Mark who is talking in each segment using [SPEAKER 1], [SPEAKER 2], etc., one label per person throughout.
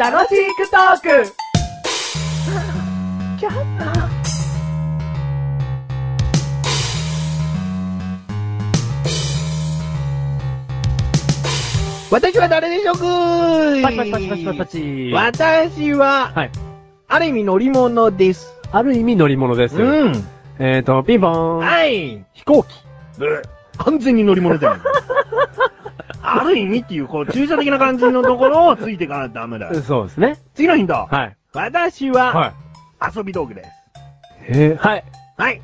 [SPEAKER 1] 楽しくトーク
[SPEAKER 2] 私は誰でしょうくーい
[SPEAKER 3] パチパチパチパチパチパチ。
[SPEAKER 2] 私は、
[SPEAKER 3] はい
[SPEAKER 2] ある意味乗り物です。
[SPEAKER 3] ある意味乗り物です。
[SPEAKER 2] うん。
[SPEAKER 3] えーと、ピンポーン。
[SPEAKER 2] はい。
[SPEAKER 3] 飛行機。
[SPEAKER 2] 完全に乗り物 だよ。ある意味っていう、こう、抽象的な感じのところをついていかないとダメだよ。
[SPEAKER 3] そうですね。
[SPEAKER 2] 次のヒント。
[SPEAKER 3] はい。
[SPEAKER 2] 私
[SPEAKER 3] は
[SPEAKER 2] は、遊び道具です。
[SPEAKER 3] い。へーはい。
[SPEAKER 2] はい。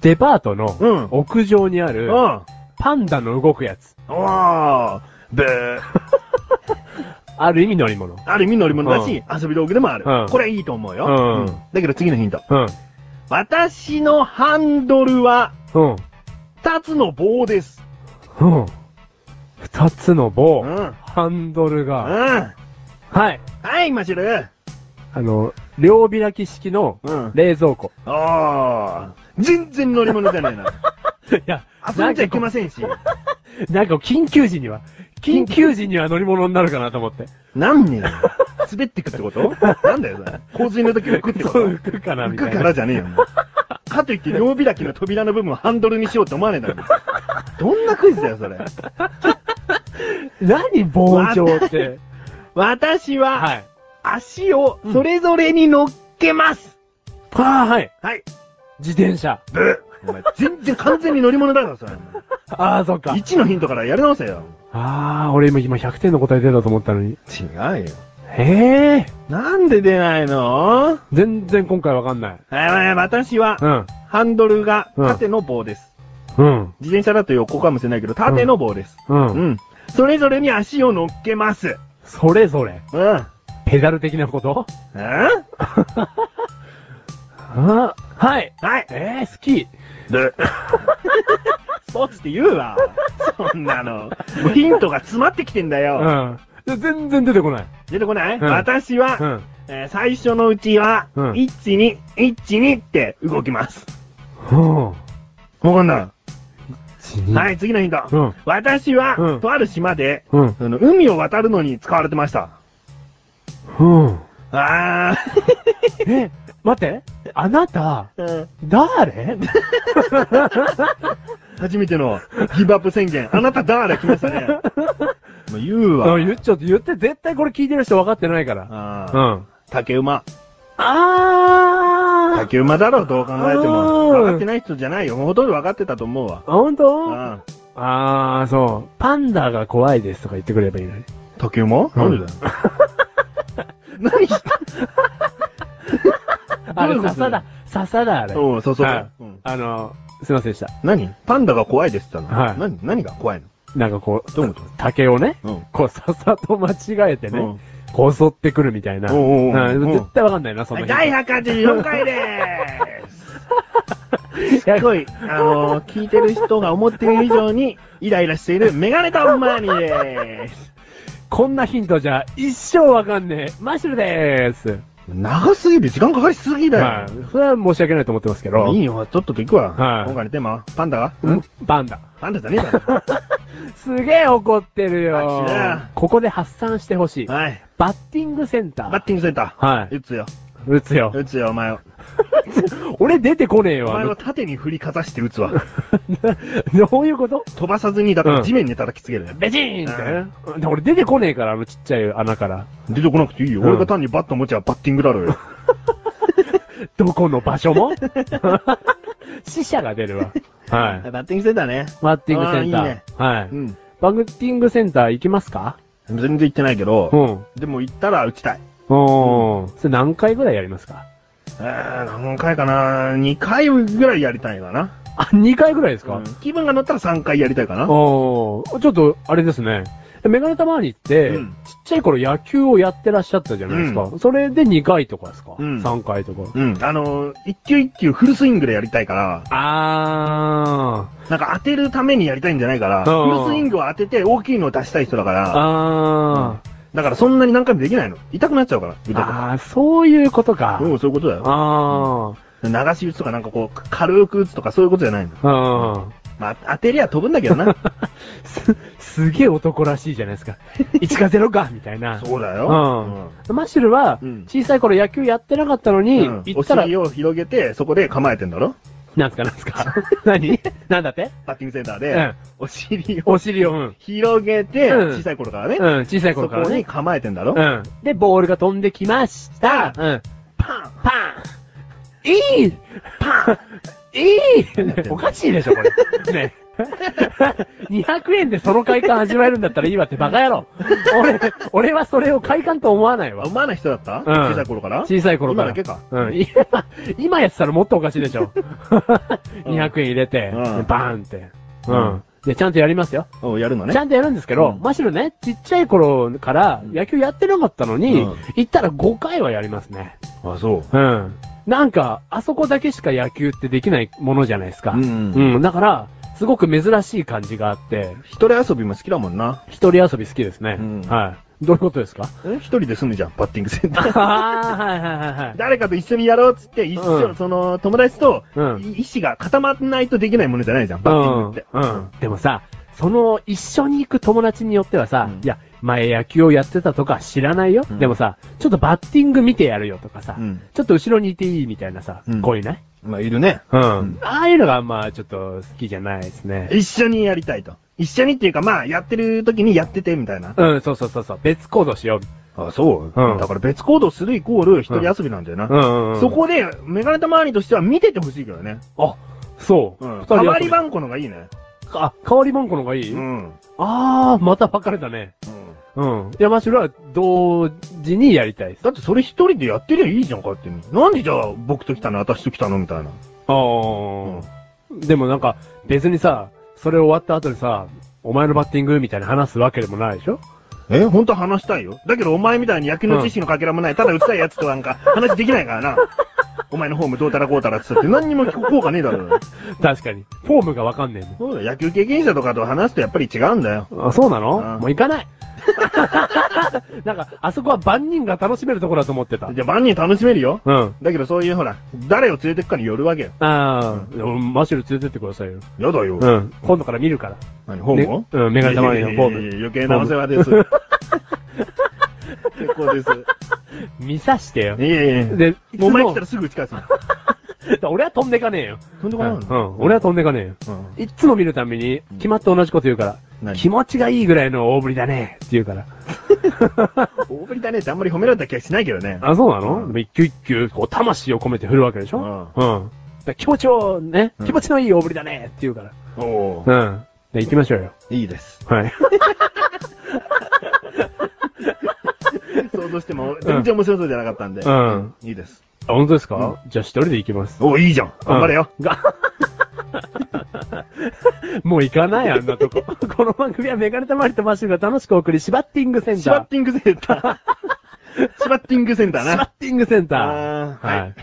[SPEAKER 3] デパートの
[SPEAKER 2] うん
[SPEAKER 3] 屋上にあ
[SPEAKER 2] う
[SPEAKER 3] る
[SPEAKER 2] ん。お
[SPEAKER 3] パンダの動くやつ。
[SPEAKER 2] ー。ブー。
[SPEAKER 3] ある意味乗り物。
[SPEAKER 2] ある意味乗り物だし、遊び道具でもある。
[SPEAKER 3] うん
[SPEAKER 2] これはいいと思うよ、
[SPEAKER 3] うん
[SPEAKER 2] だけど次のヒント。
[SPEAKER 3] うん。
[SPEAKER 2] 私のハンドルは、
[SPEAKER 3] うん。
[SPEAKER 2] 二つの棒です。
[SPEAKER 3] うん。二つの棒。
[SPEAKER 2] うん
[SPEAKER 3] ハンドル
[SPEAKER 2] うん。
[SPEAKER 3] が。
[SPEAKER 2] は
[SPEAKER 3] はい。
[SPEAKER 2] い、マシル。
[SPEAKER 3] あの、両開き式の
[SPEAKER 2] うん
[SPEAKER 3] 冷蔵庫。
[SPEAKER 2] おー。全然乗り物じゃないな。
[SPEAKER 3] いや
[SPEAKER 2] 遊んじゃいけま
[SPEAKER 3] せ
[SPEAKER 2] せんし。
[SPEAKER 3] ん。なんか緊急時には、緊急時には乗り物になるかなと思 って。
[SPEAKER 2] なんねえよ。滑ってくってことなんだよ、それ。洪水の時浮くってこ
[SPEAKER 3] そ
[SPEAKER 2] と
[SPEAKER 3] う、浮くかな
[SPEAKER 2] 浮
[SPEAKER 3] みた
[SPEAKER 2] く
[SPEAKER 3] い
[SPEAKER 2] か
[SPEAKER 3] な。
[SPEAKER 2] らじゃねえよ。もうかといって両開きの扉の部分をハンドルにしようって思わねえだろ。 どんなクイズだよ、それ。
[SPEAKER 3] 何棒状って。
[SPEAKER 2] 私は、
[SPEAKER 3] はい。
[SPEAKER 2] 足をそれぞれに乗っけます。
[SPEAKER 3] ああ、はい。
[SPEAKER 2] はい。
[SPEAKER 3] 自転車。
[SPEAKER 2] ブお前、全然完全に乗り物だぞ、それ。
[SPEAKER 3] ああ、そっか。
[SPEAKER 2] 1のヒントからやり直せよ。
[SPEAKER 3] ああ、俺今今100点の答え出たと思ったのに。
[SPEAKER 2] 違うよ。
[SPEAKER 3] へえ。
[SPEAKER 2] なんで出ないの
[SPEAKER 3] 全然今回わかんない。
[SPEAKER 2] えー私は、
[SPEAKER 3] うん。
[SPEAKER 2] ハンドルが縦の棒です。
[SPEAKER 3] うん。
[SPEAKER 2] 自転車だと横かもしれないけど、縦の棒です。
[SPEAKER 3] う。
[SPEAKER 2] うんん。それぞれに足を乗っけます。
[SPEAKER 3] それぞれ。
[SPEAKER 2] うん。うん
[SPEAKER 3] ペダル的なこと ああ、はい。
[SPEAKER 2] はい。
[SPEAKER 3] ええ、スキー。
[SPEAKER 2] で、スポーツって言うわ。そんなの。もうヒントが詰まってきてんだよ。
[SPEAKER 3] うん。全然出てこない。
[SPEAKER 2] 出てこない、
[SPEAKER 3] うん
[SPEAKER 2] 私は、
[SPEAKER 3] うん。
[SPEAKER 2] えー最初のうちは、
[SPEAKER 3] うん
[SPEAKER 2] 1、2、1、2って動きます。
[SPEAKER 3] うん。。
[SPEAKER 2] わかんなはいい、次のヒント。
[SPEAKER 3] うん
[SPEAKER 2] 私は、
[SPEAKER 3] うん
[SPEAKER 2] とある島で、
[SPEAKER 3] うん。
[SPEAKER 2] あの海を渡るのに使われてました。
[SPEAKER 3] うん。
[SPEAKER 2] あ
[SPEAKER 3] え、待って。あなた、
[SPEAKER 2] ー。
[SPEAKER 3] 誰
[SPEAKER 2] 初めてのギブアップ宣言。あなただーだ来まし たね。もう言うわ。
[SPEAKER 3] うん言っちゃって言って、絶対これ聞いてる人分かってないから。
[SPEAKER 2] あ
[SPEAKER 3] う
[SPEAKER 2] ー
[SPEAKER 3] ん。
[SPEAKER 2] 竹馬。
[SPEAKER 3] あー。
[SPEAKER 2] 竹馬だろう、どう考えても。
[SPEAKER 3] あー
[SPEAKER 2] 分かってない人じゃないよ。ほとんど分かってたと思うわ。
[SPEAKER 3] ほんと
[SPEAKER 2] あー
[SPEAKER 3] あー、そう。パンダが怖いですとか言ってくれればいいのに。
[SPEAKER 2] 竹馬なんでだよ。 何して
[SPEAKER 3] あれ、
[SPEAKER 2] どういうこと
[SPEAKER 3] 笹だ。笹だ、あれ。
[SPEAKER 2] うん、そうそう。
[SPEAKER 3] はい
[SPEAKER 2] うん
[SPEAKER 3] あの、すいませんでした。
[SPEAKER 2] 何パンダが怖いですって言ったの。
[SPEAKER 3] はい
[SPEAKER 2] 何何が怖いの
[SPEAKER 3] なんかこう、
[SPEAKER 2] どういうこと
[SPEAKER 3] 竹をね、
[SPEAKER 2] うん
[SPEAKER 3] こう、笹と間違えてね、
[SPEAKER 2] うん
[SPEAKER 3] こう襲ってくるみたいな。
[SPEAKER 2] おうおうおう
[SPEAKER 3] うん
[SPEAKER 2] うん
[SPEAKER 3] 絶対わかんないな、その辺。
[SPEAKER 2] 第184回でーす。すっごい、あのー、聞いてる人が思ってる以上に、イライラしているメガネタマーニーでーす。
[SPEAKER 3] こんなヒントじゃ一生わかんねえ。マッシュルでーす。
[SPEAKER 2] 長すぎる、時間かかりすぎだ
[SPEAKER 3] は
[SPEAKER 2] よ。
[SPEAKER 3] い。それは申し訳ないと思ってますけど。
[SPEAKER 2] いいよ、とっとと行くわ。
[SPEAKER 3] はい
[SPEAKER 2] 今回のテーマはパンダが
[SPEAKER 3] うんパンダ。
[SPEAKER 2] パンダじゃねえだろ。
[SPEAKER 3] すげえ怒ってるよ
[SPEAKER 2] マジだ。
[SPEAKER 3] ここで発散してほしい。
[SPEAKER 2] はい。
[SPEAKER 3] バッティングセンター。
[SPEAKER 2] バッティングセンター。
[SPEAKER 3] はい
[SPEAKER 2] 打つよ。
[SPEAKER 3] 打つよ。
[SPEAKER 2] 打つよ、お前を。
[SPEAKER 3] 俺出てこねえよ。
[SPEAKER 2] お
[SPEAKER 3] あ
[SPEAKER 2] 前
[SPEAKER 3] の
[SPEAKER 2] を縦に振りかざして打つわ。
[SPEAKER 3] どういうこと
[SPEAKER 2] 飛ばさずに、だから
[SPEAKER 3] うん
[SPEAKER 2] 地面に叩きつける。
[SPEAKER 3] ベチーンってねで。俺出てこねえから、あのちっちゃい穴から。
[SPEAKER 2] 出てこなくていいよ。
[SPEAKER 3] うん
[SPEAKER 2] 俺が単にバット持ちゃバッティングだろうよ。
[SPEAKER 3] どこの場所 も死者が出るわ。はい。
[SPEAKER 2] バッティングセンターね。
[SPEAKER 3] バッティングセンター。
[SPEAKER 2] あーいいね
[SPEAKER 3] は
[SPEAKER 2] う
[SPEAKER 3] い。
[SPEAKER 2] ん。
[SPEAKER 3] バッティングセンター行きますか
[SPEAKER 2] 全然行ってないけど、
[SPEAKER 3] うん。
[SPEAKER 2] でも行ったら打ちたい。
[SPEAKER 3] おー。それ何回ぐらいやりますか
[SPEAKER 2] えー、何回かな ?2 回ぐらいやりたいかな、
[SPEAKER 3] あ、2回ぐらいですか、
[SPEAKER 2] うん気分が乗ったら3回やりたいかな
[SPEAKER 3] おー。ちょっと、あれですね。メガネたまわりって、
[SPEAKER 2] うん
[SPEAKER 3] ちっちゃい頃野球をやってらっしゃったじゃないですか。それで2回とかですか、
[SPEAKER 2] うん
[SPEAKER 3] ?3 回とか。
[SPEAKER 2] うん。あのー、一球一球フルスイングでやりたいから、
[SPEAKER 3] あー。
[SPEAKER 2] なんか当てるためにやりたいんじゃないから、
[SPEAKER 3] うん
[SPEAKER 2] フルスイングを当てて大きいのを出したい人だから、
[SPEAKER 3] あ
[SPEAKER 2] だからそんなに何回もできないの。痛くなっちゃうから、
[SPEAKER 3] ー。
[SPEAKER 2] 腕とか。
[SPEAKER 3] あー、そういうことか。
[SPEAKER 2] うん、そういうことだよ。
[SPEAKER 3] あ
[SPEAKER 2] 流し打つとかなんかこう、軽く打つとかそういうことじゃないの。
[SPEAKER 3] ー。うん。
[SPEAKER 2] まあ、当てりゃ飛ぶんだけどな。
[SPEAKER 3] す、すげえ男らしいじゃないです か。1か0かみたいな。
[SPEAKER 2] そうだ
[SPEAKER 3] う
[SPEAKER 2] よ。
[SPEAKER 3] ん。マッシュルは
[SPEAKER 2] うん、
[SPEAKER 3] 小さい頃野球やってなかったの
[SPEAKER 2] うん。
[SPEAKER 3] に、
[SPEAKER 2] うん
[SPEAKER 3] 行
[SPEAKER 2] お
[SPEAKER 3] ったら、
[SPEAKER 2] 尻を広げて、そこで構えてんだろ
[SPEAKER 3] なんすかなんすか何なんだって
[SPEAKER 2] バッティングセンター
[SPEAKER 3] う
[SPEAKER 2] で
[SPEAKER 3] ん、
[SPEAKER 2] お尻を
[SPEAKER 3] お尻を、うん。
[SPEAKER 2] 広げて、
[SPEAKER 3] うん
[SPEAKER 2] 小さい頃からね、
[SPEAKER 3] うん、小さい
[SPEAKER 2] そ
[SPEAKER 3] 頃
[SPEAKER 2] こ
[SPEAKER 3] から
[SPEAKER 2] に
[SPEAKER 3] ね。
[SPEAKER 2] 構えてんだろ、
[SPEAKER 3] うん。で、ボールが飛んできました。うん。
[SPEAKER 2] パン
[SPEAKER 3] パンいい
[SPEAKER 2] パン
[SPEAKER 3] いいおかしいでしょ、これ。ね。200円でその快感始まるんだったらいいわってバカ野郎。俺、俺はそれを快感と思わないわ。
[SPEAKER 2] 思わない人だった、
[SPEAKER 3] ん
[SPEAKER 2] 小さい頃から
[SPEAKER 3] 小さい頃から。
[SPEAKER 2] 今だけか。
[SPEAKER 3] うん。今、今やってたらもっとおかしいでし ょ。
[SPEAKER 2] うん
[SPEAKER 3] 200円入れて、
[SPEAKER 2] うん
[SPEAKER 3] バーンって。
[SPEAKER 2] う
[SPEAKER 3] うんん。で、ちゃんとやりますよ。
[SPEAKER 2] おやるのね
[SPEAKER 3] ち。ゃんとやるんですけど、
[SPEAKER 2] うん
[SPEAKER 3] マシュルね、ちっちゃい頃から野球やってなかったのに、
[SPEAKER 2] うん
[SPEAKER 3] 行ったら5回はやりますね。
[SPEAKER 2] あ、そう。
[SPEAKER 3] うん。なんか、あそこだけしか野球ってできないものじゃないですか。
[SPEAKER 2] うん
[SPEAKER 3] うん。だから、すごく珍しい感じがあって、
[SPEAKER 2] 一人遊びも好きだもんな。
[SPEAKER 3] 一人遊び好きですね。
[SPEAKER 2] うん
[SPEAKER 3] はい。どういうこと ですか
[SPEAKER 2] え一人で住むじゃん、バッティングセン ター。
[SPEAKER 3] ああ、はいはいはいはい。
[SPEAKER 2] 誰かと一緒にやろうっつって、一緒、
[SPEAKER 3] うん
[SPEAKER 2] その、友達と、
[SPEAKER 3] うん
[SPEAKER 2] い意志が固まらないとできないものじゃないじゃん、バッティングって。
[SPEAKER 3] うんうん。でもさ、その一緒に行く友達によってはさ、
[SPEAKER 2] うん
[SPEAKER 3] いや、前野球をやってたとか知らないよ、
[SPEAKER 2] うん
[SPEAKER 3] でもさ、ちょっとバッティング見てやるよとかさ、
[SPEAKER 2] うん
[SPEAKER 3] ちょっと後ろにいていいみたいなさ、
[SPEAKER 2] うん
[SPEAKER 3] こういうない
[SPEAKER 2] まあ、いるね。
[SPEAKER 3] うん。
[SPEAKER 2] ん
[SPEAKER 3] ああいうのがあんまちょっと好きじゃないですね。
[SPEAKER 2] 一緒にやりたいと。一緒にっていうか、まあ、やってる時にやってて、みたいな。
[SPEAKER 3] うん、そうそうそうそう。別行動しよう。
[SPEAKER 2] あ、そう、
[SPEAKER 3] うん
[SPEAKER 2] だから別行動するイコール、一人遊びなんだよな。
[SPEAKER 3] うんうん、うん。
[SPEAKER 2] そこで、メガネた周りとしては見ててほしいけどね。
[SPEAKER 3] あ、そう。
[SPEAKER 2] うん。
[SPEAKER 3] 二
[SPEAKER 2] 代わ
[SPEAKER 3] 人遊
[SPEAKER 2] り
[SPEAKER 3] び
[SPEAKER 2] 番このがいいね。
[SPEAKER 3] あ、代わり番この方がいい、
[SPEAKER 2] うん。うん。
[SPEAKER 3] ああ、また分かれたね。うん。山城は同時にやりたいです。
[SPEAKER 2] だってそれ一人でやってりゃいいじゃん、勝手に。なんでじゃあ僕と来たの、私と来たのみたいな。
[SPEAKER 3] ああ、
[SPEAKER 2] うん。
[SPEAKER 3] でもなんか、別にさ、それ終わった後にさ、お前のバッティングみたいな話すわけでもないでしょ
[SPEAKER 2] え、ほんと話したいよ。だけどお前みたいに野球の知識のかけらもない、ただ打ちたいやつとなんか話できない からな。お前のフォームどうたらこうたらって言ったって何にも聞こうがねえだろうよ。
[SPEAKER 3] 確かに。フォームがわかんねえ
[SPEAKER 2] そうだよ、野球経験者とかと話すとやっぱり違うんだよ。
[SPEAKER 3] もん。あ、そうなの
[SPEAKER 2] うん
[SPEAKER 3] もう行かない。 なんか、あそこは万人が楽しめるところだと思ってた。
[SPEAKER 2] じゃあ万人楽しめるよ。
[SPEAKER 3] うん。
[SPEAKER 2] だけどそういうほら、誰を連れてくかによるわけよ。
[SPEAKER 3] ああ、マシュル連れてってくださいよ。
[SPEAKER 2] やだ
[SPEAKER 3] う
[SPEAKER 2] よ。
[SPEAKER 3] ん。今度から見るから。
[SPEAKER 2] 何、ホームを
[SPEAKER 3] ねうん、メガネ玉にのフォ
[SPEAKER 2] いや
[SPEAKER 3] ーム。
[SPEAKER 2] いやいや余計なお世話です。結 構です。
[SPEAKER 3] 見さしてよ。
[SPEAKER 2] いやいやいや。
[SPEAKER 3] で、いつ
[SPEAKER 2] もうお前来
[SPEAKER 3] も
[SPEAKER 2] たら、すぐ打ち返すの。
[SPEAKER 3] 俺は飛んでかねえよ。
[SPEAKER 2] とんで
[SPEAKER 3] う
[SPEAKER 2] もない
[SPEAKER 3] ん
[SPEAKER 2] の。
[SPEAKER 3] うん、俺は飛んでかねえよ。
[SPEAKER 2] うん
[SPEAKER 3] いっつも見るために、決まって同じこと言うから。
[SPEAKER 2] 何
[SPEAKER 3] 気持ちがいいぐらいの大振りだねって言うから。
[SPEAKER 2] 大振りだねってあんまり褒められた気がしないけどね。
[SPEAKER 3] あ、そうな
[SPEAKER 2] う
[SPEAKER 3] の、
[SPEAKER 2] ん
[SPEAKER 3] でも一球一球、こう、魂を込めて振るわけでし
[SPEAKER 2] うん
[SPEAKER 3] ょうん。だから気持ちをね
[SPEAKER 2] う、ん
[SPEAKER 3] 気持ちのいい大振りだねって言うか
[SPEAKER 2] おおー
[SPEAKER 3] ら。うん。で、行きましょうよ。
[SPEAKER 2] いいです。
[SPEAKER 3] はい。
[SPEAKER 2] 想像しても、全然面白そうじゃなかったんで。
[SPEAKER 3] うん。
[SPEAKER 2] いいです。
[SPEAKER 3] あ、本当ですか、じゃあ一人で行きます。
[SPEAKER 2] おいいじゃん。頑張れよ。
[SPEAKER 3] が、 もう行かない、あんなとこ。 この番組はメガネたまりとマッシュルが楽しくお送り、シバッティングセン
[SPEAKER 2] シ
[SPEAKER 3] ター
[SPEAKER 2] バッ。ティングセンター。シバッティングセンター
[SPEAKER 3] シバッ
[SPEAKER 2] な。
[SPEAKER 3] ティングセンター。
[SPEAKER 2] あーはい
[SPEAKER 3] はい。